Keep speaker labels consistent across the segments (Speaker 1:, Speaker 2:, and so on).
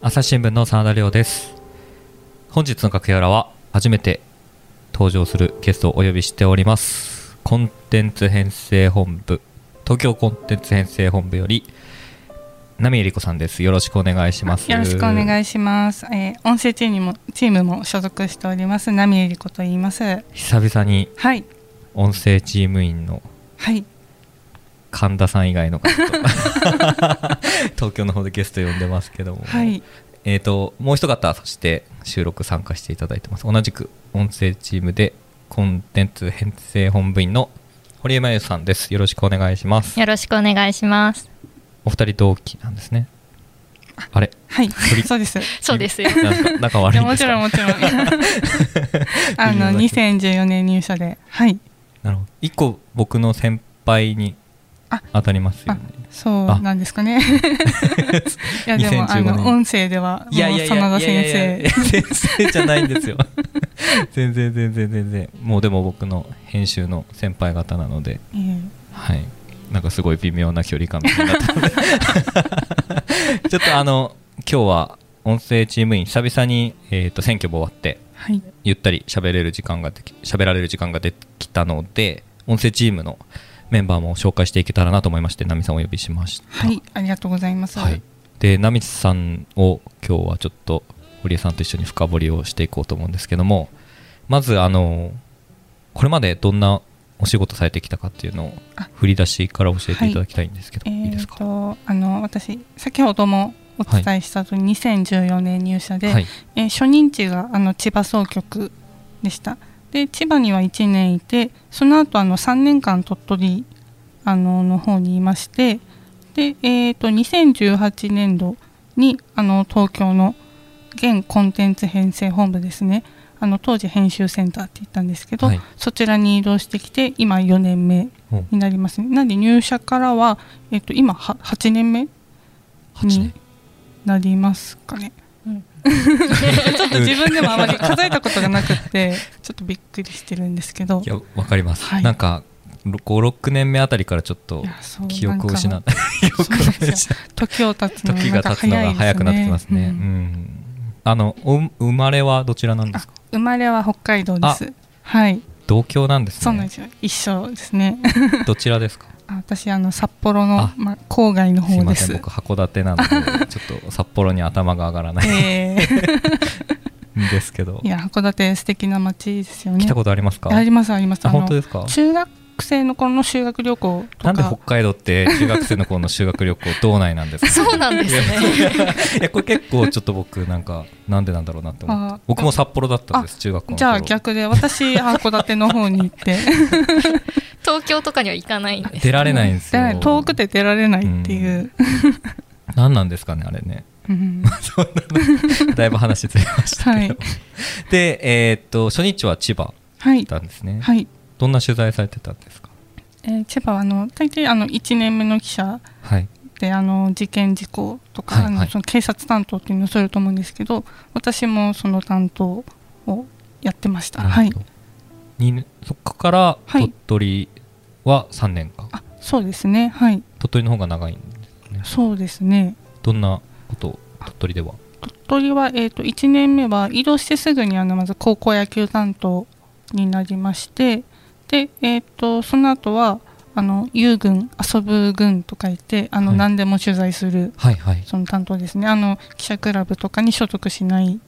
Speaker 1: 朝日新聞の真田亮です本日の楽屋裏は初めて登場するゲストをお呼びしておりますコンテンツ編成本部東京コンテンツ編成本部より波江理子さんですよろしくお願いします
Speaker 2: よろしくお願いします。えー音声チームもチームも所属しております波江理子と言います。
Speaker 1: 久々に
Speaker 2: はい
Speaker 1: 音声チーム員の
Speaker 2: はい
Speaker 1: 神田さん以外の方と 東京の方でゲスト呼んでますけども、
Speaker 2: はい
Speaker 1: えー、ともう一方そして収録参加していただいてます同じく音声チームでコンテンツ編成本部員の堀江真由さんですよろしくお願いします
Speaker 3: よろしくお願いします。
Speaker 1: お二人同期なんですねあれ
Speaker 2: はい
Speaker 1: 鳥
Speaker 2: そうです。
Speaker 3: そうです よ。
Speaker 1: なんか仲悪
Speaker 2: い
Speaker 1: い
Speaker 2: や
Speaker 1: んで
Speaker 2: も
Speaker 1: す
Speaker 2: ちろん
Speaker 1: か
Speaker 2: もちろん。 あの
Speaker 1: 微妙
Speaker 2: 2014年入社ではい
Speaker 1: なるほど一個僕の先輩に
Speaker 2: あ
Speaker 1: 当たりますよね
Speaker 2: そうなんですかね。 いやでもあ
Speaker 1: 2015年
Speaker 2: の音声ではもう
Speaker 1: いやい
Speaker 2: 真
Speaker 1: やいや
Speaker 2: 田
Speaker 1: いやいやい
Speaker 2: 先
Speaker 1: や先生じゃないんですよ 全然全然全然もうでも僕の編集の先輩方なので
Speaker 2: 生。 いえ
Speaker 1: はい、なんかすごい微妙な距離感みたいにな ったのでちょっとあの今日は音声チーム員久々に、えー、と選挙も終わって
Speaker 2: はい
Speaker 1: ゆったり喋れる時間ができ喋られる時間ができたので音声チームのメンバーも紹介していけたらなと思いまして奈美さんをお呼びしました。
Speaker 2: はいありがとうございます。
Speaker 1: はい、で奈美さんを今日はちょっと堀江さんと一緒に深掘りをしていこうと思うんですけどもまずあのこれまでどんなお仕事されてきたかっていうのを
Speaker 2: あ
Speaker 1: 振り出しから教えていただきたいんですけど、い、いです
Speaker 2: えー
Speaker 1: か、
Speaker 2: とあの私先ほどもお伝えしたと2014年入社で、
Speaker 1: はい
Speaker 2: えー初任地があの千葉総局でしたで千葉には1年いてその後あの3年間鳥取あのの方にいましてで、えー、と2018年度にあの東京の現コンテンツ編成本部ですねあの当時編集センターって言ったんですけど、
Speaker 1: はい
Speaker 2: そちらに移動してきて今4年目
Speaker 1: お
Speaker 2: になりますねなので入社からは、えっと今は8年目
Speaker 1: 8年
Speaker 2: なりますかねち ょっと自分でもあまり数えたことがな くってちょっとびっくりしてるんですけど
Speaker 1: いやわかります、
Speaker 2: はい
Speaker 1: なんか56年目あたりからちょっと
Speaker 2: いやそう
Speaker 1: 記憶を失
Speaker 2: な
Speaker 1: っ
Speaker 2: ん
Speaker 1: た
Speaker 2: か
Speaker 1: 記憶を
Speaker 2: そうなんで
Speaker 1: 失
Speaker 2: す
Speaker 1: っ
Speaker 2: 時を経つ
Speaker 1: た
Speaker 2: の
Speaker 1: 時
Speaker 2: なん
Speaker 1: が
Speaker 2: か
Speaker 1: 経つの
Speaker 2: 早い
Speaker 1: が
Speaker 2: ですね
Speaker 1: 早くなってきますね
Speaker 2: う
Speaker 1: うんん、あのお生まれはどちらなんで
Speaker 2: あ
Speaker 1: すか
Speaker 2: 生まれは北海道ですはい
Speaker 1: 同郷なんですね
Speaker 2: そうなんですよ一緒ですね
Speaker 1: どちらですか
Speaker 2: あ私あの札幌の
Speaker 1: あ
Speaker 2: まあ郊外の
Speaker 1: すい
Speaker 2: 方
Speaker 1: ま
Speaker 2: で
Speaker 1: せん
Speaker 2: す
Speaker 1: 僕函館なのでちょっと札幌に頭が上がらない
Speaker 2: えー
Speaker 1: んですけど
Speaker 2: いや函館素敵な街ですよね
Speaker 1: 来たことありますか
Speaker 2: ありますあります
Speaker 1: あ
Speaker 2: あの
Speaker 1: 本当ですか
Speaker 2: 中学生の頃の修学旅行とか
Speaker 1: なんで北海道って中学生の頃の修学旅行道内なんですか
Speaker 3: そうなんですね。
Speaker 1: いやこ れ結構ちょっと僕なんかなんでなんだろうなって思っ
Speaker 2: あ
Speaker 1: て僕も札幌だったんです中学校の頃
Speaker 2: じゃあ逆で私函館の方に行って
Speaker 3: 東京とかには行かないんです。
Speaker 1: 出られないんです
Speaker 2: 出ら
Speaker 1: よ
Speaker 2: れない遠くて出られないっていう、
Speaker 1: 何なんですかねあれね
Speaker 2: うん
Speaker 1: そんなのだいぶ話ずれましたけど、
Speaker 2: は
Speaker 1: でえーっと初日は千葉
Speaker 2: は
Speaker 1: 行っ
Speaker 2: い
Speaker 1: たんですね、
Speaker 2: はい、
Speaker 1: どんな取材されてたんですか
Speaker 2: えー千葉はあの大抵あの1年目の記者
Speaker 1: はい
Speaker 2: であの事件事故とか、
Speaker 1: はい
Speaker 2: あ
Speaker 1: は
Speaker 2: の
Speaker 1: い
Speaker 2: その警察担当っていうのをすると思うんですけど私もその担当をやってましたはい
Speaker 1: にそこから
Speaker 2: は
Speaker 1: 鳥
Speaker 2: い
Speaker 1: 取は3年間、
Speaker 2: あそうですねはい
Speaker 1: 鳥取の方が長いんですね
Speaker 2: そうですね
Speaker 1: どんなことを鳥取では
Speaker 2: 鳥取は、えー、と1年目は移動してすぐにあのまず高校野球担当になりましてで、えー、とその後はあの遊軍遊ぶ軍とか言ってあの、
Speaker 1: はい
Speaker 2: 何でも取材する
Speaker 1: はいはい
Speaker 2: その担当ですねあの記者クラブとかに所属しない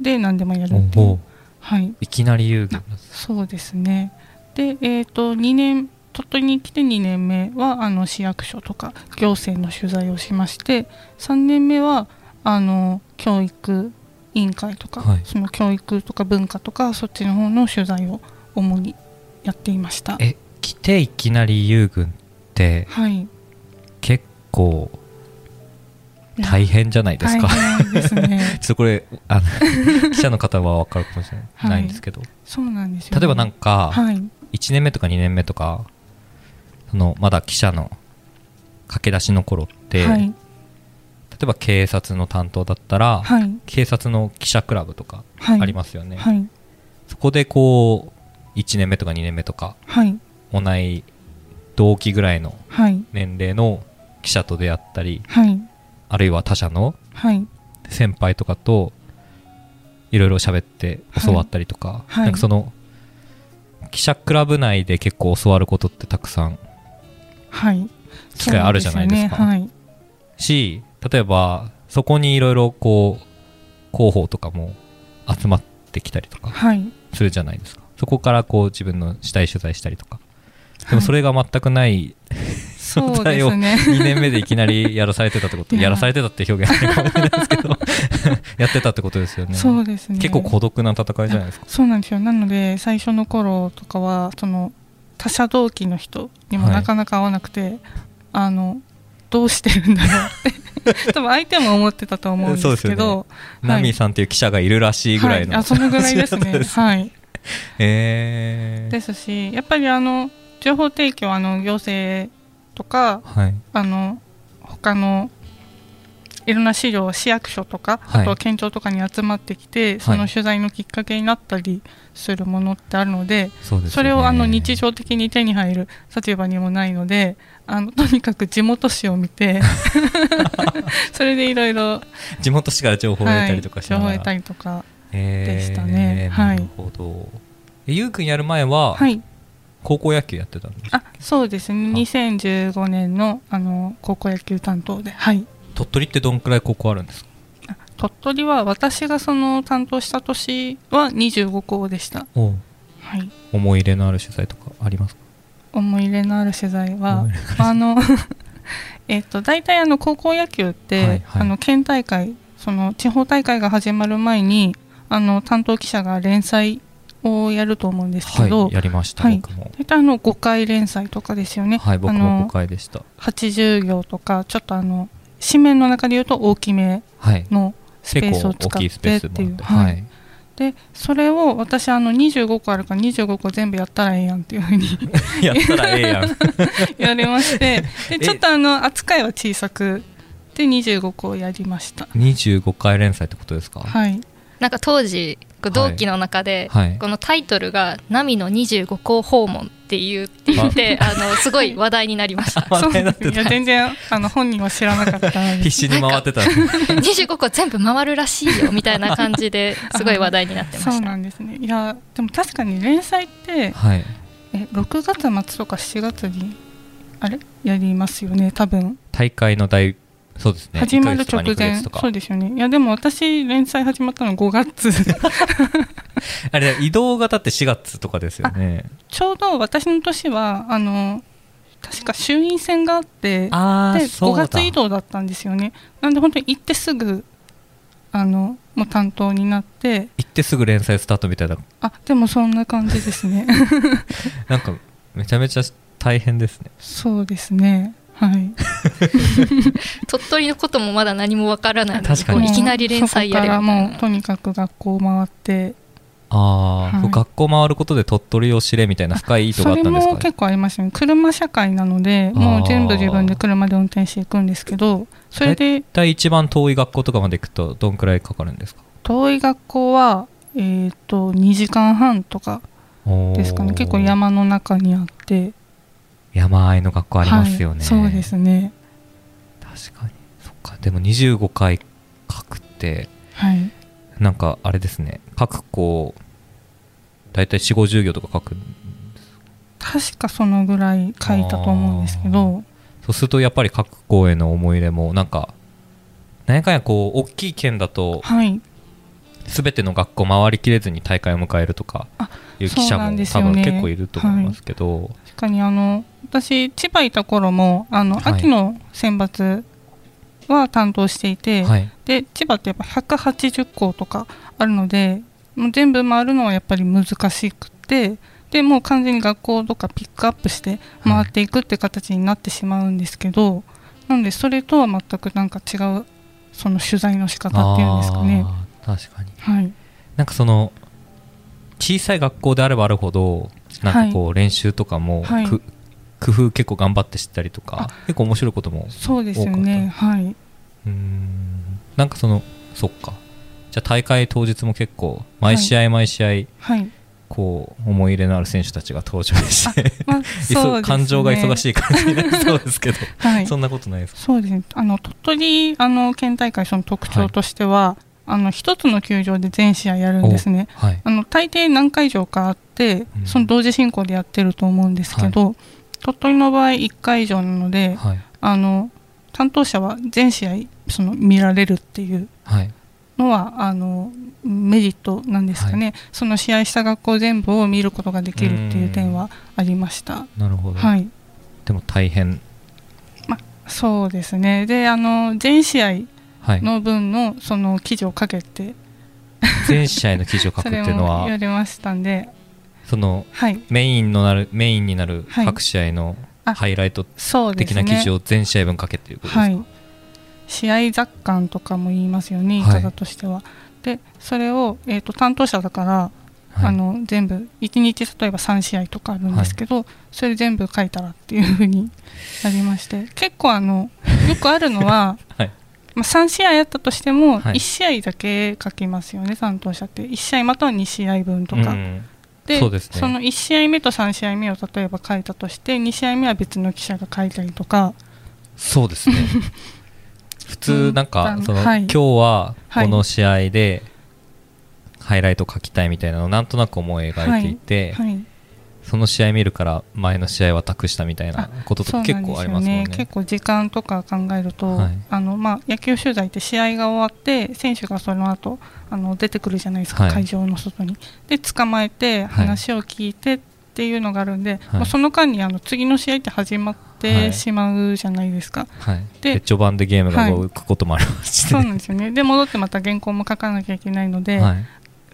Speaker 2: で何でもやるって
Speaker 1: お
Speaker 2: いう
Speaker 1: お、
Speaker 2: はい、
Speaker 1: いきなり遊具
Speaker 2: そうですねで、えー、と2年鳥取に来て2年目はあの市役所とか行政の取材をしまして3年目はあの教育委員会とか、
Speaker 1: はい
Speaker 2: その教育とか文化とかそっちの方の取材を主にやっていました。
Speaker 1: え来ていきなり遊具って
Speaker 2: はい、
Speaker 1: 結構大変じゃないですか。
Speaker 2: 大変です ね
Speaker 1: ちょっとこれあの 記者の方は分かるかもしれない,、
Speaker 2: はい
Speaker 1: んですけど
Speaker 2: そうなんですよ、
Speaker 1: 例えばなん
Speaker 2: か、
Speaker 1: か
Speaker 2: はい、
Speaker 1: 1年目とか2年目とかそのまだ記者の駆け出しの頃って、
Speaker 2: は
Speaker 1: 例
Speaker 2: い、
Speaker 1: えば警察の担当だったら、
Speaker 2: はい、
Speaker 1: 警察の記者クラブとか
Speaker 2: はい、
Speaker 1: ありますよね、
Speaker 2: はい、
Speaker 1: そこでこう1年目とか2年目とか
Speaker 2: はい、
Speaker 1: 同い同期ぐらいの
Speaker 2: はい、
Speaker 1: 年齢の記者と出会ったり
Speaker 2: はい、
Speaker 1: あるいは他社の
Speaker 2: はい、
Speaker 1: 先輩とかといろいろ喋って
Speaker 2: はい
Speaker 1: 教わったりとか、
Speaker 2: はい
Speaker 1: なんかその記者クラブ内で結構教わることってたくさん
Speaker 2: はい
Speaker 1: 機会あるじゃないですか
Speaker 2: そうよね
Speaker 1: し例えばそこにいろいろこう広報とかも集まってきたりとか
Speaker 2: は いはい
Speaker 1: するじゃないですかそこからこう自分のしたい取材したりとかでもそれが全くない
Speaker 2: そ
Speaker 1: 存
Speaker 2: うで
Speaker 1: 在を
Speaker 2: すね
Speaker 1: 2年目でいきなりやらされてたってこと
Speaker 2: いや
Speaker 1: やらされてたって表現ないかもしれないですけど やってたってことですよね
Speaker 2: そうですね
Speaker 1: 結構孤独な戦いじゃないですか
Speaker 2: そうなんですよなので最初の頃とかはその他者同期の人にも
Speaker 1: はい
Speaker 2: なかなか会わなくて、あのどうしてるんだろ うって多分相手も思ってたと思うんですけどい
Speaker 1: ナミさんっていう記者がいるらしいぐらいの、
Speaker 2: はい、あそのぐらいです
Speaker 1: そう
Speaker 2: ね
Speaker 1: です
Speaker 2: はい
Speaker 1: えー、
Speaker 2: ですしやっぱりあの情報提供はあの行政とか
Speaker 1: はい
Speaker 2: あの他のいろんな資料市役所とか、
Speaker 1: はい
Speaker 2: あとは県庁とかに集まってきてその取材のきっかけになったりするものってあるので、
Speaker 1: そうですよね
Speaker 2: それをあの日常的に手に入る立場にもないのであのとにかく地元紙を 見て それでいろいろ
Speaker 1: 地元市から情報を得たりとかしな
Speaker 2: はい
Speaker 1: が
Speaker 2: 情報を
Speaker 1: ら、
Speaker 2: 得たりとか
Speaker 1: えー
Speaker 2: でしたねは
Speaker 1: な
Speaker 2: い
Speaker 1: るほどえゆうくんやる前は
Speaker 2: はい
Speaker 1: 高校野球やってたんですか、
Speaker 2: あそうですね
Speaker 1: あ
Speaker 2: 2015年のあの高校野球担当ではい
Speaker 1: 鳥取ってどんくらい高校あるんですか
Speaker 2: あ鳥取は私がその担当した年は25校でした、
Speaker 1: おう
Speaker 2: はい、
Speaker 1: 思い入れのある取材とかありますか
Speaker 2: 思い入れのある取材は
Speaker 1: 思い
Speaker 2: あの えっと大体あの高校野球って、
Speaker 1: はいはい
Speaker 2: あの県大会その地方大会が始まる前にあの担当記者が連載をやると思うんですけど、
Speaker 1: はい、やりました、
Speaker 2: はい
Speaker 1: 僕も
Speaker 2: 大体あの5回連載とかですよね、
Speaker 1: はい僕
Speaker 2: あ
Speaker 1: も
Speaker 2: の
Speaker 1: 5回でした
Speaker 2: 80行とかちょっとあの紙面の中で言うと大きめ
Speaker 1: はい
Speaker 2: のスペ
Speaker 1: 結
Speaker 2: ース
Speaker 1: 構
Speaker 2: を
Speaker 1: 大
Speaker 2: 使っ
Speaker 1: きいスペ
Speaker 2: て
Speaker 1: ー
Speaker 2: っ
Speaker 1: スも
Speaker 2: てい
Speaker 1: あっ
Speaker 2: う、
Speaker 1: てはい、
Speaker 2: でそれを私あの25個あるから25個全部やったらええやんっていうふ うに
Speaker 1: やったらええや ん
Speaker 2: 言われまして
Speaker 1: え
Speaker 2: でちょっとあの扱いは小さくで25個をやりました
Speaker 1: 25回連載ってことですか
Speaker 2: はい
Speaker 3: なんか当時こう同期の中で、
Speaker 1: はい
Speaker 3: このタイトルが「ナミの25校訪問」っていうって言ってあのすごい話題になりました
Speaker 1: あ話題になっ
Speaker 2: い
Speaker 1: てた
Speaker 2: や全然あの本人は知らなかったの
Speaker 1: 必
Speaker 2: で
Speaker 1: 死に回ってた
Speaker 3: 25校全部回るらしいよみたいな感じですごい話題になってま
Speaker 2: そう
Speaker 3: した
Speaker 2: なんですねいやでも確かに連載って
Speaker 1: はい
Speaker 2: え6月末とか7月にあれやりますよね多分
Speaker 1: 大会の大そうですね
Speaker 2: 始まる
Speaker 1: 1ヶ月
Speaker 2: 直
Speaker 1: とか2ヶ
Speaker 2: 前
Speaker 1: 月とか
Speaker 2: そうですよねいやでも私連載始まったの5月
Speaker 1: あれ移動型って4月とかですよね
Speaker 2: ちょうど私の年はあの確か衆院選があって
Speaker 1: ああ
Speaker 2: で
Speaker 1: ーそ
Speaker 2: 5
Speaker 1: うだ
Speaker 2: 月移動だったんですよねなんで本当に行ってすぐあのもう担当になって
Speaker 1: 行ってすぐ連載スタートみたいな
Speaker 2: あでもそんな感じで すね
Speaker 1: なんかめちゃめちゃ大変ですね
Speaker 2: そうですねはい
Speaker 3: 鳥取のこともまだ何もわからないので
Speaker 1: 確かに
Speaker 3: こういきなり連載やれ
Speaker 2: もうそこからも
Speaker 3: み
Speaker 2: う
Speaker 3: たい
Speaker 2: とにかく学校を回って
Speaker 1: ああ、
Speaker 2: はい
Speaker 1: こう学校回ることで鳥取を知れみたいな深い意図があ
Speaker 2: そ
Speaker 1: っ
Speaker 2: れ
Speaker 1: たんですか
Speaker 2: も結構ありましたね車社会なので
Speaker 1: あー
Speaker 2: もう全部自分で車で運転していくんですけどそれで
Speaker 1: 絶対一番遠い学校とかまで行くとどんくらいかかるんですか
Speaker 2: 遠い学校はえっ、と2時間半とかですかね結構山の中にあって
Speaker 1: 山あいの学校ありますよね、
Speaker 2: はい、そうですね
Speaker 1: 確かにそっかでも25回書くって
Speaker 2: はい
Speaker 1: なんかあれですね各校大体4 5 0行とか書く
Speaker 2: 確かそのぐらい書いたと思うんですけど
Speaker 1: そうするとやっぱり各校への思い入れもなんか何やかんやこう大きい県だと
Speaker 2: はい
Speaker 1: 全ての学校回りきれずに大会を迎えるとか
Speaker 2: あ
Speaker 1: いう記者
Speaker 2: そうな
Speaker 1: も
Speaker 2: んです
Speaker 1: 多
Speaker 2: よね
Speaker 1: 分結構いると思いますけど、
Speaker 2: 確かにあの私千葉いた頃もあの、
Speaker 1: はい
Speaker 2: 秋の選抜は担当していて、
Speaker 1: はい
Speaker 2: で千葉ってやっぱ180校とかあるのでもう全部回るのはやっぱり難しくてでもう完全に学校とかピックアップして回っていくって形になってしまうんですけど、なのでそれとは全くなんか違うその取材の仕方っていうんですかね。
Speaker 1: あー確かに
Speaker 2: はい、
Speaker 1: なんかその小さい学校であればあるほどなんかこう練習とかも、
Speaker 2: はい
Speaker 1: く工夫結構頑張ってしたりとか
Speaker 2: あ
Speaker 1: 結構面白いことも
Speaker 2: そうですよね。はい。
Speaker 1: うーんなんかそのそっかじゃあ大会当日も結構毎試合毎試合
Speaker 2: はい。
Speaker 1: こう思い入れのある選手たちが登場して、
Speaker 2: まあ、
Speaker 1: いそ
Speaker 2: そうですね
Speaker 1: 感情が忙しい感じにな りそうですけど、
Speaker 2: はい
Speaker 1: そんなことないですか
Speaker 2: そうですね。あの鳥取あの県大会その特徴としては、あの一つの球場で全試合やるんですね。
Speaker 1: はい
Speaker 2: あの大抵何会場かあって
Speaker 1: う、ん
Speaker 2: その同時進行でやってると思うんですけど、鳥取の場合1会場なので、
Speaker 1: はい
Speaker 2: あの担当者は全試合その見られるっていう
Speaker 1: はい
Speaker 2: のはあのメリットなんですかね、その試合した学校全部を見ることができるっていう点はありました。
Speaker 1: なるほど、
Speaker 2: はい
Speaker 1: でも大変
Speaker 2: そうですねであの全試合
Speaker 1: はい
Speaker 2: の 分のその記事をかけて
Speaker 1: 全試合の記事を書く
Speaker 2: そ
Speaker 1: ってい
Speaker 2: れ
Speaker 1: うの
Speaker 2: も
Speaker 1: は
Speaker 2: やりましたんで
Speaker 1: その
Speaker 2: はい
Speaker 1: メインのなるメインになる
Speaker 2: はい
Speaker 1: 各試合の
Speaker 2: あ
Speaker 1: ハイライト
Speaker 2: そうで
Speaker 1: 的
Speaker 2: す
Speaker 1: な
Speaker 2: ね
Speaker 1: 記事を全試合分書けっていうことです
Speaker 2: は
Speaker 1: か、
Speaker 2: い試合雑感とかも言いますよね言い
Speaker 1: はい
Speaker 2: 方としては、でそれを、えー、と担当者だから、
Speaker 1: はい
Speaker 2: あの全部1日例えば3試合とかあるんですけど、それ全部書いたらっていうふうになりまして結構 あのよくあるのは
Speaker 1: はい
Speaker 2: まあ3試合やったとしても
Speaker 1: はい
Speaker 2: 1試合だけ書きますよね、担当者って1試合または2試合分とか、
Speaker 1: うん
Speaker 2: で
Speaker 1: そうですね
Speaker 2: その1試合目と3試合目を例えば書いたとして2試合目は別の記者が書いたりとか
Speaker 1: そうです ね普通なんか
Speaker 2: うん
Speaker 1: その、
Speaker 2: はい
Speaker 1: 今日は
Speaker 2: はい
Speaker 1: この試合でハイライト書きたいみたいなのをなんとなく思い描いていて、
Speaker 2: はい、
Speaker 1: その試合見るから前の試合は託したみたいなことと
Speaker 2: そう
Speaker 1: か
Speaker 2: なんで
Speaker 1: 結
Speaker 2: すよ
Speaker 1: 構ありますもんね。
Speaker 2: 結構時間とか考えると、
Speaker 1: はい
Speaker 2: あのまあ、野球取材って試合が終わって選手がその後あの出てくるじゃないですか、
Speaker 1: はい
Speaker 2: 会場の外に。で捕まえて話を聞いてっていうのがあるんで、
Speaker 1: い
Speaker 2: もうその間にあの次の試合って始まっ
Speaker 1: は
Speaker 2: て
Speaker 1: い
Speaker 2: しまうじゃないで すか。
Speaker 1: はい、
Speaker 2: で
Speaker 1: で序盤でゲームが動くこともありまして、
Speaker 2: そう
Speaker 1: ね
Speaker 2: なんですよねで戻ってまた原稿も書かなきゃいけないので、
Speaker 1: はい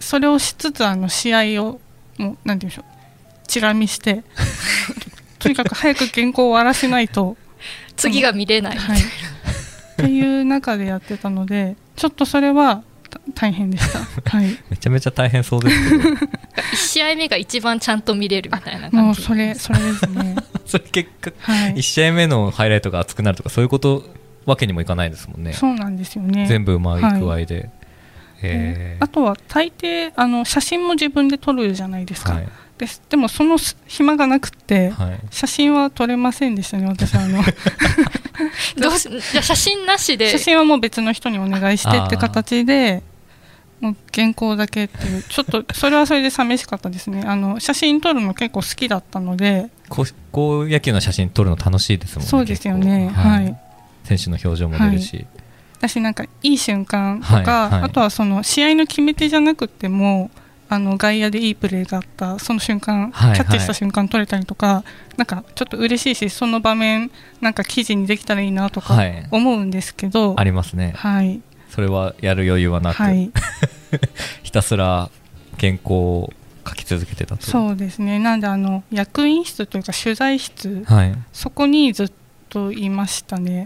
Speaker 2: それをしつつあの試合をもうなんて言うんでしょうチラ見して とにかく早く原稿を終わらせないと。
Speaker 3: 次が見れない、
Speaker 2: はい、っていう中でやってたのでちょっとそれはた大変でした、 はい、
Speaker 1: めちゃめちゃ大変そうですけど
Speaker 3: 1試合目が一番ちゃんと見れるみたいな
Speaker 2: も
Speaker 3: 感
Speaker 2: う
Speaker 3: じ
Speaker 2: それそれですね、
Speaker 1: それ結果、
Speaker 2: はい
Speaker 1: 1、試合目のハイライトが熱くなるとかそういうことわけにもいかないですもんね
Speaker 2: そうなんですよね
Speaker 1: 全部うまい具合で、
Speaker 2: え
Speaker 1: え
Speaker 2: ーあとは大抵あの写真も自分で撮るじゃないですか、
Speaker 1: はい
Speaker 2: ですでもそのす暇がなくって、
Speaker 1: はい、
Speaker 2: 写真は撮れませんでしたね私あの
Speaker 3: どうしじゃあ写真なしで
Speaker 2: 写真はもう別の人にお願いしてって形でもう原稿だけっていうちょっとそれはそれで寂しかったですねあの写真撮るの結構好きだったので
Speaker 1: 高校野球の写真撮るの楽しいですもんね
Speaker 2: そうですよね
Speaker 1: 結構
Speaker 2: はい
Speaker 1: 選手の表情も出るし、
Speaker 2: 私なんかいい瞬間とか、
Speaker 1: はいはい
Speaker 2: あとはその試合の決め手じゃなくてもあの外野でいいプレーがあったその瞬間、
Speaker 1: はいはい
Speaker 2: キャッチした瞬間取れたりとかなんかちょっと嬉しいしその場面なんか記事にできたらいいなと
Speaker 1: は
Speaker 2: か
Speaker 1: い
Speaker 2: 思うんですけど、
Speaker 1: あ
Speaker 2: はい
Speaker 1: りますねそれはやる余裕はなく、
Speaker 2: はい、
Speaker 1: ひたすら原稿を書き続けてたと
Speaker 2: そうですねなんであの役員室というか取材室
Speaker 1: はい
Speaker 2: そこにずっといました ね。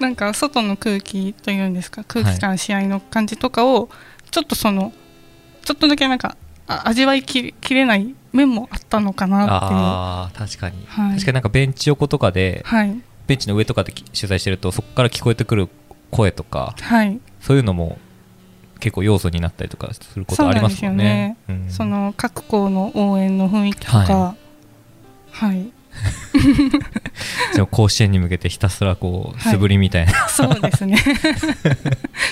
Speaker 2: なんか外の空気というんですか空気感試合の感じとかをちょっとそのちょっとだけなんかあ味わいききれない面もあったのかなっ
Speaker 1: あー確かに、
Speaker 2: はい
Speaker 1: 確かになんかベンチ横とか
Speaker 2: てい
Speaker 1: で
Speaker 2: うはい
Speaker 1: ベンチの上とかでき取材してるとそこから聞こえてくる声とか
Speaker 2: はい、
Speaker 1: そういうのも結構要素になったりとかすることありますもんね。うん
Speaker 2: その各校の応援の雰囲気とか
Speaker 1: は
Speaker 2: はい、
Speaker 1: でも甲子園に向けてひたすらこう
Speaker 2: はい
Speaker 1: 素振りみたいな、
Speaker 2: そうで すね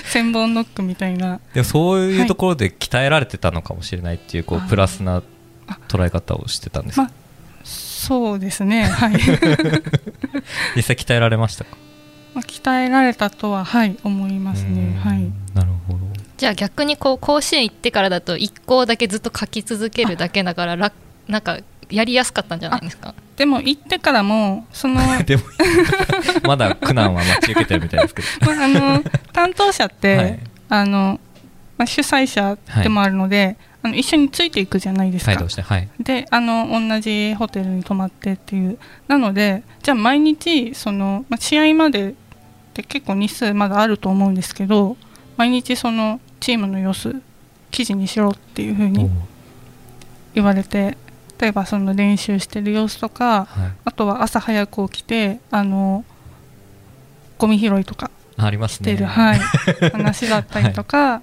Speaker 2: 千本ノックみたいな
Speaker 1: でもそういうところで鍛えられてたのかもしれないっていうこ
Speaker 2: あ
Speaker 1: う
Speaker 2: ー
Speaker 1: プラスな捉え方をしてたんです
Speaker 2: まあそうです ねはい、
Speaker 1: 実際鍛えられましたか
Speaker 2: まあ、鍛えられたとははい思います
Speaker 1: うん
Speaker 2: ねはい。
Speaker 1: なるほど
Speaker 3: じゃあ逆にこう甲子園行ってからだと1校だけずっと書き続けるだけだから楽なんかやりやすかったんじゃないですか
Speaker 2: でも行ってからもそのま あ
Speaker 1: でもまだ苦難は待ち受けてるみたいですけど
Speaker 2: あの担当者って、
Speaker 1: はい
Speaker 2: あのまあ、主催者でもあるので、あの一緒についていくじゃないですか、
Speaker 1: 態度をしてはい
Speaker 2: であの同じホテルに泊まってっていうなのでじゃあ毎日その、まあ、試合までって結構日数まだあると思うんですけど毎日そのチームの様子記事にしろっていうふう
Speaker 1: お
Speaker 2: に
Speaker 1: う
Speaker 2: 言われて例えばその練習してる様子とか
Speaker 1: はい
Speaker 2: あとは朝早く起きてあのゴミ拾いとか
Speaker 1: あります
Speaker 2: して
Speaker 1: ね
Speaker 2: る、はい、話だったりとか、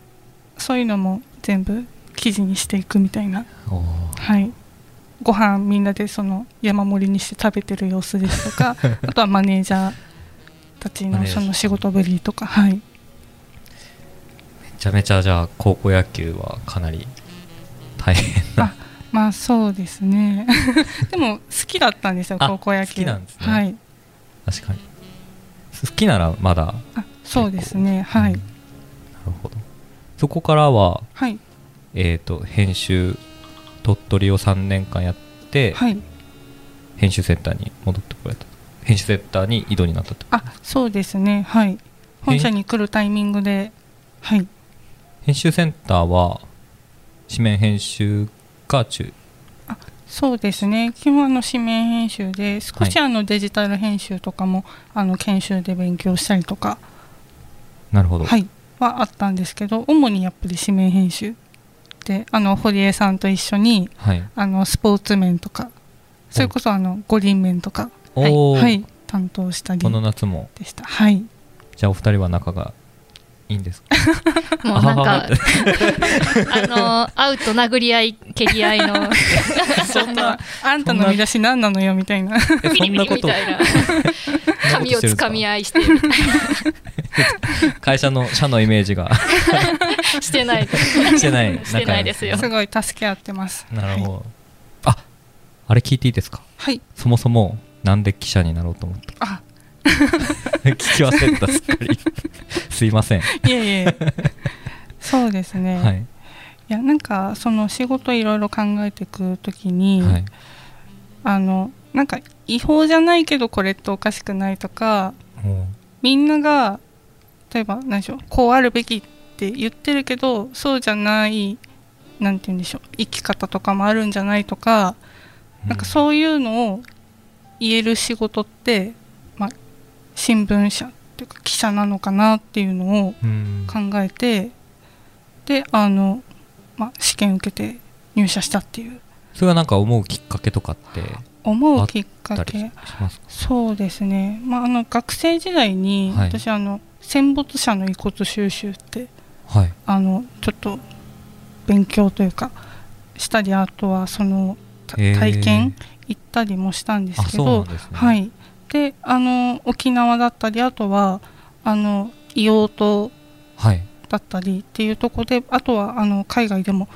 Speaker 2: そういうのも全部記事にしていくみたいな、
Speaker 1: おー
Speaker 2: はい、ご飯みんなでその山盛りにして食べてる様子です とかあとはマネージャーたち
Speaker 1: マネ
Speaker 2: の
Speaker 1: ージャー
Speaker 2: その仕事ぶりとか、はい、
Speaker 1: めちゃめちゃじゃあ高校野球はかなり大変 な
Speaker 2: まあそうですね でも好きだったんですよ
Speaker 1: あ
Speaker 2: 高校野球
Speaker 1: 好きなんですね
Speaker 2: はい、
Speaker 1: 確かに好きならまだ
Speaker 2: あそうですねはい、
Speaker 1: うんなるほどそこからは
Speaker 2: はい
Speaker 1: えー、と編集鳥取を3年間やって、
Speaker 2: はい
Speaker 1: 編集センターに戻ってこられた編集センターに異動になったと
Speaker 2: あそうですねはい本社に来るタイミングではい
Speaker 1: 編集センターは紙面編集が中
Speaker 2: そうですね基本あの紙面編集で少しあのデジタル編集とかも、あの研修で勉強したりとか
Speaker 1: なるほど、
Speaker 2: はいはあったんですけど主にやっぱり紙面編集であの堀江さんと一緒に
Speaker 1: はい
Speaker 2: あのスポーツ面とかそれこそあの五輪面とか
Speaker 3: はい
Speaker 1: おお、
Speaker 2: はい担当したり
Speaker 1: この夏も
Speaker 2: でしたはい
Speaker 1: じゃあお二人は仲がいいん ですか
Speaker 3: もうなん
Speaker 1: あは
Speaker 3: か
Speaker 1: は
Speaker 3: あの会うと殴り合い蹴り合い の
Speaker 1: そんな
Speaker 2: あんたの見出し何なのよみたいな
Speaker 1: え
Speaker 3: ビ
Speaker 1: そ
Speaker 3: リ
Speaker 1: ん
Speaker 3: ビ
Speaker 1: な
Speaker 3: リ
Speaker 1: こ
Speaker 3: み
Speaker 1: と
Speaker 3: たいな髪をつかみ
Speaker 1: 合
Speaker 3: 合 いしてみたい
Speaker 1: 会社の社のイメージが
Speaker 3: なしてない
Speaker 1: してない仲
Speaker 3: してないです よ
Speaker 2: すごい助け合ってます
Speaker 1: なるほど、ああれ聞いていいですか
Speaker 2: はい
Speaker 1: そもそもなんで記者になろうと思った
Speaker 2: あ
Speaker 1: 聞き忘れてたすっかり すいません、
Speaker 2: いえい えそうですね、
Speaker 1: はい
Speaker 2: いやなんかその仕事いろいろ考えていくときに、
Speaker 1: はい
Speaker 2: あのなんか違法じゃないけどこれっておかしくないとか
Speaker 1: も
Speaker 2: みんなが例えば何でしょうこうあるべきって言ってるけどそうじゃないなんて言うんでしょう生き方とかもあるんじゃないとか、
Speaker 1: う
Speaker 2: なんかそういうのを言える仕事って、まあ、新聞社っていうか記者なのかなっていうのを
Speaker 1: うん
Speaker 2: 考えてであの、まあ、試験受けて入社したっていう
Speaker 1: それはなんか思うきっかけとかって
Speaker 2: 思うきっか
Speaker 1: たりし
Speaker 2: け
Speaker 1: ますか
Speaker 2: そうですね、まあ、あの学生時代に
Speaker 1: はい
Speaker 2: 私、あの戦没者の遺骨収集って
Speaker 1: はい
Speaker 2: あのちょっと勉強というかしたりあとはそのた
Speaker 1: へー
Speaker 2: 体験行ったりもしたんです
Speaker 1: あ
Speaker 2: け
Speaker 1: そうな
Speaker 2: ど
Speaker 1: んですね
Speaker 2: はい、であの沖縄だったりあとはあの硫黄島
Speaker 1: はい
Speaker 2: だったりっていうとこであとはあの海外でも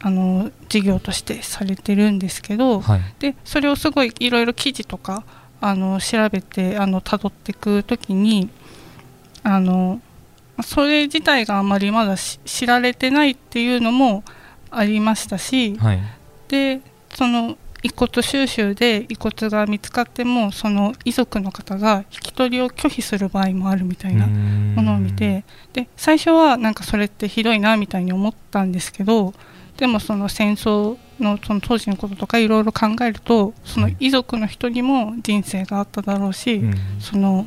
Speaker 2: あの事業としてされてるんですけど、
Speaker 1: はい
Speaker 2: でそれをすごいいろいろ記事とかあの調べてあの辿っていくときにあのそれ自体があまりまだし知られてないっていうのもありましたし、
Speaker 1: はい
Speaker 2: でその遺骨収集で遺骨が見つかってもその遺族の方が引き取りを拒否する場合もあるみたいなも
Speaker 1: も
Speaker 2: のを見てで最初はなんかそれってひどいなみたいに思ったんですけどでもその戦争のその当時のこととかいろいろ考えるとその遺族の人にも人生があっただろうし、その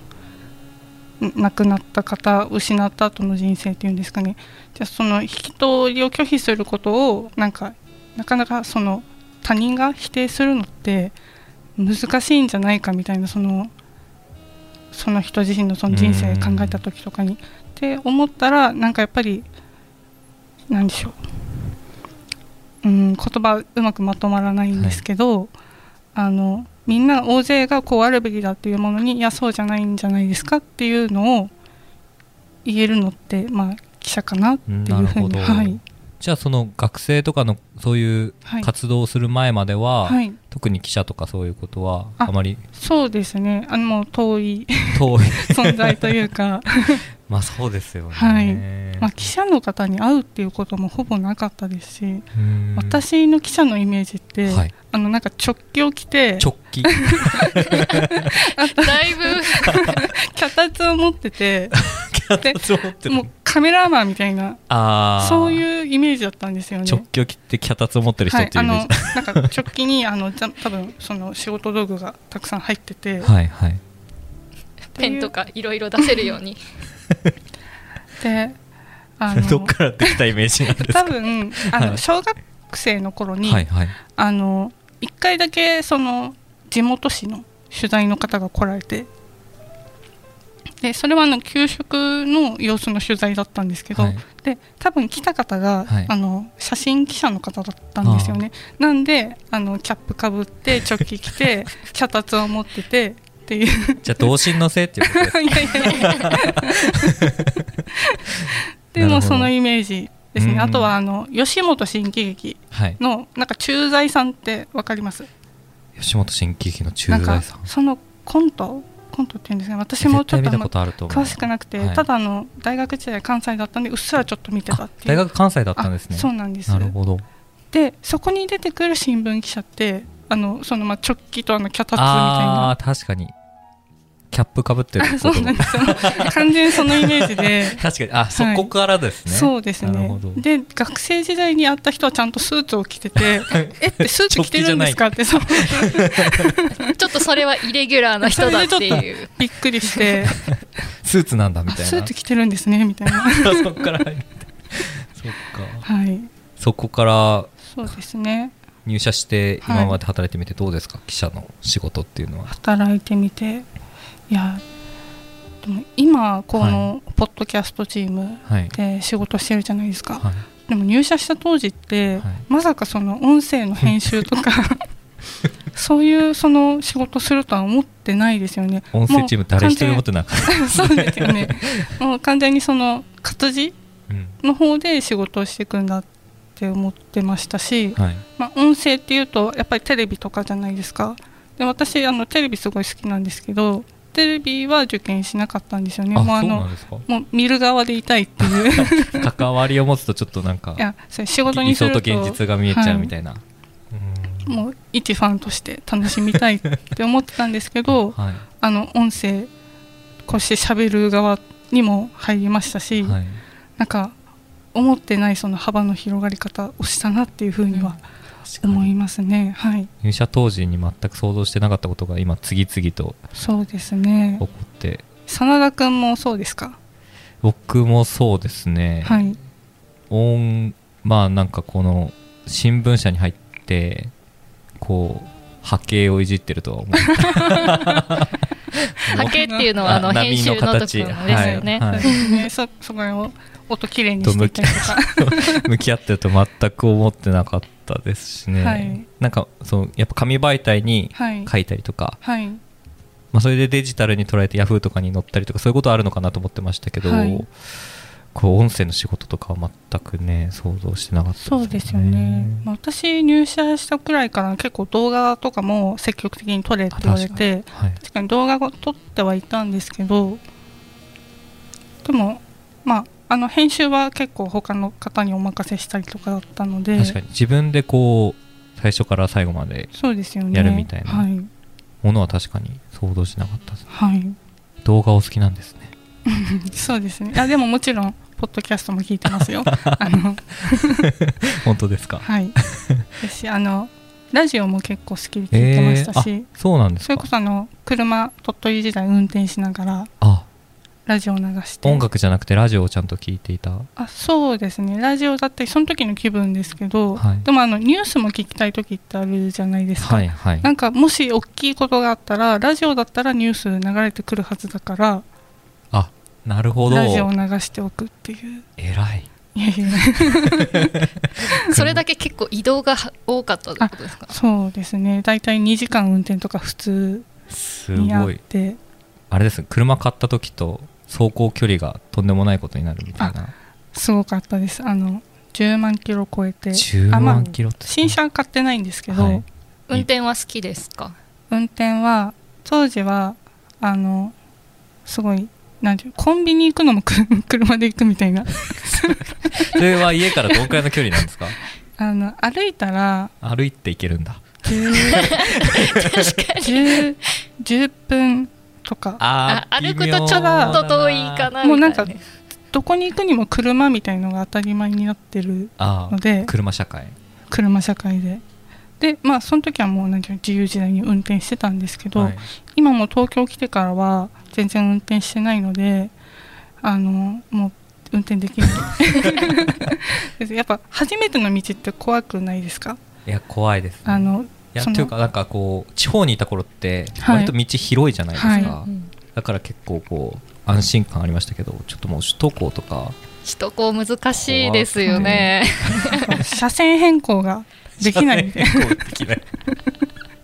Speaker 2: ん亡くなった方失った後の人生っていうんですかねじゃあその引き取りを拒否することをなんかなかなかその他人が否定するのって難しいんじゃないかみたいなそのその人自身のその人生考えた時とかに。って思ったらなんかやっぱりなんでしょううん言葉うまくまとまらないんですけど、あのみんな大勢がこうあるべきだっていうものにいやそうじゃないんじゃないですかっていうのを言えるのってまあ記者かなっていう
Speaker 1: なる
Speaker 2: ふう
Speaker 1: ほ
Speaker 2: に
Speaker 1: ど
Speaker 2: はい
Speaker 1: じゃあその学生とかのそういう
Speaker 2: はい、
Speaker 1: 活動をする前までは、
Speaker 2: はい、
Speaker 1: 特に記者とかそういうことは
Speaker 2: あ
Speaker 1: あまり
Speaker 2: そうですねあのもう遠い
Speaker 1: 遠い
Speaker 2: 存在とい うか、
Speaker 1: まあそうですよね、
Speaker 2: はいまあ、記者の方に会うっていうこともほぼなかったですし
Speaker 1: うん
Speaker 2: 私の記者のイメージって、
Speaker 1: はい
Speaker 2: あのなんか直帰を着て
Speaker 1: 直帰
Speaker 3: だいぶ
Speaker 2: 脚立を持っててで
Speaker 1: そう思 ってた
Speaker 2: もうカメラマンみたいな
Speaker 1: ああ
Speaker 2: そう
Speaker 1: う
Speaker 2: いうイメージだったんですよね。
Speaker 1: 直球を切って脚立を持ってる人
Speaker 2: は
Speaker 1: っ
Speaker 2: い、
Speaker 1: てい
Speaker 2: あ
Speaker 1: うイメ
Speaker 2: の
Speaker 1: ージ
Speaker 2: なんか直帰にあのじゃ多分その仕事道具がたくさん入ってて、
Speaker 1: はいはい
Speaker 3: ペンとかいろいろ出せるように
Speaker 2: であ
Speaker 1: どっ
Speaker 2: の
Speaker 1: からできたイメージなんです
Speaker 2: 多
Speaker 1: か
Speaker 2: 分あの、
Speaker 1: はい
Speaker 2: 小学生の頃に、
Speaker 1: はいはい
Speaker 2: あの一回だけその地元紙の取材の方が来られてでそれはあの給食の様子の取材だったんですけど、
Speaker 1: はい
Speaker 2: で多分来た方が、
Speaker 1: はい
Speaker 2: あの写真記者の方だったんですよねなんであのキャップかぶってチョッキ着 て脚立を持っててっていう
Speaker 1: じゃあ童心のせいっていうこと です
Speaker 2: いやいやい や
Speaker 1: なる
Speaker 2: で
Speaker 1: ほど
Speaker 2: もそのイメージですね、
Speaker 1: うん
Speaker 2: あとはあの吉本新喜劇
Speaker 1: はい
Speaker 2: のなんか駐在さんってわかります
Speaker 1: 吉本新喜劇の駐
Speaker 2: なんか
Speaker 1: 在さん
Speaker 2: そのコントコントっていうんですかね私もちょっ
Speaker 1: 絶対
Speaker 2: と
Speaker 1: 見た
Speaker 2: あんま
Speaker 1: ことあると思う
Speaker 2: 詳しくなくて、
Speaker 1: はい
Speaker 2: ただあの大学時代関西だったんでうっすらちょっと見てたっていう
Speaker 1: 大学関西だったんですね
Speaker 2: あそうなんです
Speaker 1: なるほど
Speaker 2: でそこに出てくる新聞記者ってあのそのまあ直帰とあの脚立みたい
Speaker 1: あ
Speaker 2: な
Speaker 1: ー確か にキャップかぶってるってこと
Speaker 2: そうなんですよ完全にそのイメー ジで、
Speaker 1: 確かにあそこからですね、
Speaker 2: そうです
Speaker 1: なる
Speaker 2: ね
Speaker 1: ほど
Speaker 2: で学生時代に会った人はちゃんとスーツを着ててえってスーツ着てるんですかってそう
Speaker 3: ちょっとそれはイレギュラーな人だっていう
Speaker 2: びっくりして
Speaker 1: スーツなん だみ
Speaker 2: あ
Speaker 1: たいな
Speaker 2: スーツ着てるんですねみたいな
Speaker 1: そこから入ってそっか
Speaker 2: はい
Speaker 1: そこから
Speaker 2: そうですね
Speaker 1: 入社して
Speaker 2: はい
Speaker 1: 今まで働いてみてどうですか、記者の仕事っていうのは
Speaker 2: 働いてみていやでも今このポッドキャストチーム
Speaker 1: はい
Speaker 2: で仕事してるじゃないですか、
Speaker 1: はい
Speaker 2: でも入社した当時って、
Speaker 1: はい
Speaker 2: まさかその音声の編集と かそういうその仕事するとは思ってないですよね
Speaker 1: 音声チーム誰一人持ってなかっ
Speaker 2: もう そうですよねもう完全にその活字
Speaker 1: た、
Speaker 2: の方で仕事をしていくんだって思ってましたし、
Speaker 1: うんはい
Speaker 2: まあ、音声っていうとやっぱりテレビとかじゃないですかで私あのテレビすごい好きなんですけどテレビは受験しなかったんですよね
Speaker 1: あ
Speaker 2: もうあ
Speaker 1: そう
Speaker 2: の
Speaker 1: なんですか
Speaker 2: もう見る側でいたいっていう い
Speaker 1: 関わりを持つとちょっとなんか
Speaker 2: やそれ仕事
Speaker 1: 理
Speaker 2: にす
Speaker 1: 想
Speaker 2: る
Speaker 1: と
Speaker 2: と
Speaker 1: 現実が見えちゃうみたいな、うん
Speaker 2: もう一ファンとして楽しみたいって思ってたんですけ ど
Speaker 1: はい
Speaker 2: あの音声こうして喋る側にも入りましたし、
Speaker 1: はい、
Speaker 2: なんか思ってないその幅の広がり方をしたなっていうふうには思いますね、はい
Speaker 1: 入社当時に全く想像してなかったことが今次々と
Speaker 2: そうです
Speaker 1: 起
Speaker 2: ね
Speaker 1: こって
Speaker 2: 真田君もそうですか、
Speaker 1: 僕もそうですね、
Speaker 2: はい
Speaker 1: 音まあなんかこの新聞社に入ってこう波形をいじってるとは思う
Speaker 3: 波形っていうのはあの
Speaker 1: あ
Speaker 3: 編集の
Speaker 1: 波の
Speaker 3: ところで
Speaker 1: 形
Speaker 3: すよね、
Speaker 1: はい
Speaker 2: そうですね そそこを音きれいにしていたりとか
Speaker 1: 向き合ってると全く思ってなかったですしね、
Speaker 2: はい
Speaker 1: なんかそのやっぱ紙媒体に
Speaker 2: はい
Speaker 1: 書いたりとか、
Speaker 2: はい
Speaker 1: まあ、それでデジタルに捉えて Yahoo とかに載ったりとかそういうことあるのかなと思ってましたけど、
Speaker 2: はい
Speaker 1: こう音声の仕事とかは全くね想像してなかった
Speaker 2: そうですよね、まあ、私入社したくらいから結構動画とかも積極的に撮れって言われて
Speaker 1: はい、
Speaker 2: 確かに動画を撮ってはいたんですけどでもまああの編集は結構他の方にお任せしたりとかだったので
Speaker 1: 確かに自分でこう最初から最後まで
Speaker 2: そうですよね
Speaker 1: やるみたいな
Speaker 2: はい、
Speaker 1: ものは確かに想像しなかったです
Speaker 2: はい、
Speaker 1: 動画お好きなんですね
Speaker 2: そうですねいやでももちろんポッドキャストも聞いてま すよあの
Speaker 1: 本当ですか
Speaker 2: はい私あのラジオも結構好きで聞いてましたし、
Speaker 1: えーあそうなんです
Speaker 2: それ
Speaker 1: か
Speaker 2: こそあの車鳥取時代運転しながら
Speaker 1: あ
Speaker 2: ラジオ流して
Speaker 1: 音楽じゃなくてラジオをちゃんと聞いていた
Speaker 2: あそうですねラジオだったりその時の気分ですけど、
Speaker 1: はい
Speaker 2: でもあのニュースも聞きたい時ってあるじゃないですか、
Speaker 1: はいはい
Speaker 2: なんかもし大きいことがあったらラジオだったらニュース流れてくるはずだから
Speaker 1: あなるほど
Speaker 2: ラジオを流しておくっていう
Speaker 1: 偉い
Speaker 2: いやいや
Speaker 3: それだけ結構移動が多かったってことですか
Speaker 2: そうですね大体2時間運転とか普通
Speaker 1: す
Speaker 2: にあっ
Speaker 1: ごい
Speaker 2: て
Speaker 1: あれですね車買った時と走行距離がとんでもないことになるみたいな
Speaker 2: すごかったですあの10万キロ超えて
Speaker 1: 10
Speaker 2: あま
Speaker 1: 万
Speaker 2: あ
Speaker 1: キロって
Speaker 2: 新車買ってないんですけど、
Speaker 1: はい
Speaker 3: 運転は好きですか
Speaker 2: 運転は当時はあのすごいなんていうコンビニ行くのもく 車で行くみたいな
Speaker 1: それは家からどんくらいの距離なんです か
Speaker 2: あの歩いたら
Speaker 1: 歩いていけるんだ
Speaker 2: 10 10 10分とか
Speaker 1: あ
Speaker 3: あ
Speaker 1: ー
Speaker 3: 歩
Speaker 1: 微
Speaker 3: く
Speaker 1: 妙
Speaker 3: とちょっと遠いかなみたいな
Speaker 2: もうなんかどこに行くにも車みたいのが当たり前に なってる
Speaker 1: あー
Speaker 2: ので
Speaker 1: 車社会
Speaker 2: 車社会で。でまあその時はもうなんていうの自由時代に運転してたんですけど、
Speaker 1: はい
Speaker 2: 今もう東京来てからは全然運転してないのであのもう運転で きないですやっぱ初めての道って怖くないですか
Speaker 1: いや怖いです、ね、
Speaker 2: あの
Speaker 1: いや
Speaker 2: その
Speaker 1: というかなんかこう地方にいた頃って
Speaker 2: はい
Speaker 1: 割と道広いじゃないですか、
Speaker 2: はい
Speaker 3: うん
Speaker 1: だから結構こう安心感ありましたけどちょっともう首都高とか
Speaker 3: 首都高難しいですよね。
Speaker 2: 車線変更が できないんで
Speaker 1: 車線変更できない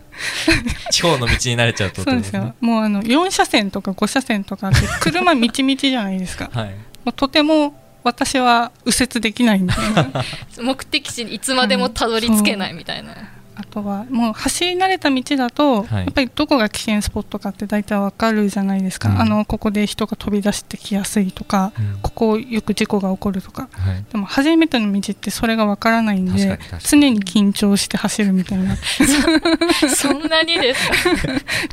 Speaker 1: 地方の道に慣れちゃうとって
Speaker 2: そう
Speaker 1: こと
Speaker 2: ですよもうあの4車線とか5車線とかって車みちみちじゃな いですか
Speaker 1: はい
Speaker 2: もうとても私は右折できない みたいな
Speaker 3: 目的地にいつまでもたどり着けないみたいな。
Speaker 2: あとはもう走り慣れた道だと、
Speaker 1: はい
Speaker 2: やっぱりどこが危険スポットかって大体わかるじゃないですか、
Speaker 1: うん
Speaker 2: あのここで人が飛び出してきやすいとか、
Speaker 1: うん
Speaker 2: ここよく事故が起こるとか
Speaker 1: はい
Speaker 2: でも初めての道ってそれがわからないん
Speaker 1: 確か
Speaker 2: で
Speaker 1: に確かに
Speaker 2: 常に緊張して走るみたいな
Speaker 3: そんなにですか。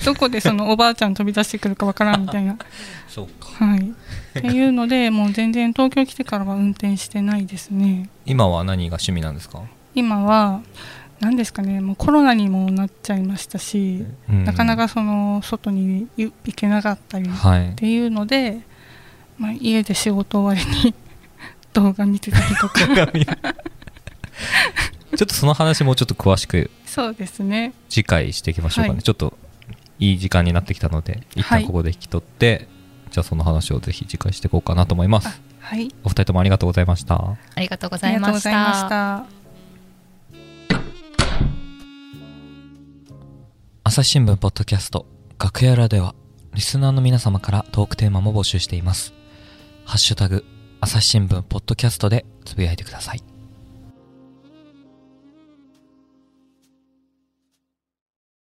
Speaker 2: どこでそのおばあちゃん飛び出してくるかわからんみたいな、
Speaker 1: そうか
Speaker 2: はい、っていうの でもう全然東京来てからは運転してないですね
Speaker 1: 今は何が趣味なんですか、
Speaker 2: 今は何ですかねもうコロナにもなっちゃいましたし、
Speaker 1: うん
Speaker 2: なかなかその外に行けなかったりっ
Speaker 1: はい
Speaker 2: ていうので、まあ、家で仕事終わりに 動画見てたりとか
Speaker 1: 鏡 ちょっとその話もうちょっと詳しく
Speaker 2: そうですね
Speaker 1: 次回していきましょうかね、
Speaker 2: はい
Speaker 1: ちょっといい時間になってきたので一
Speaker 2: はい
Speaker 1: 旦ここで引き取って、じゃあその話をぜひ次回していこうかなと思いま
Speaker 2: あ
Speaker 1: す
Speaker 2: はい
Speaker 1: お二人ともありがとうございました
Speaker 3: ありがとうご
Speaker 2: あ
Speaker 3: ざ
Speaker 2: り
Speaker 3: い
Speaker 2: がとう
Speaker 3: ま
Speaker 2: ご
Speaker 3: し
Speaker 2: ざいま
Speaker 3: た
Speaker 2: し。た
Speaker 1: 朝日新聞ポッドキャスト楽屋裏ではリスナーの皆様からトークテーマも募集していますハッシュタグ朝日新聞ポッドキャストでつぶやいてください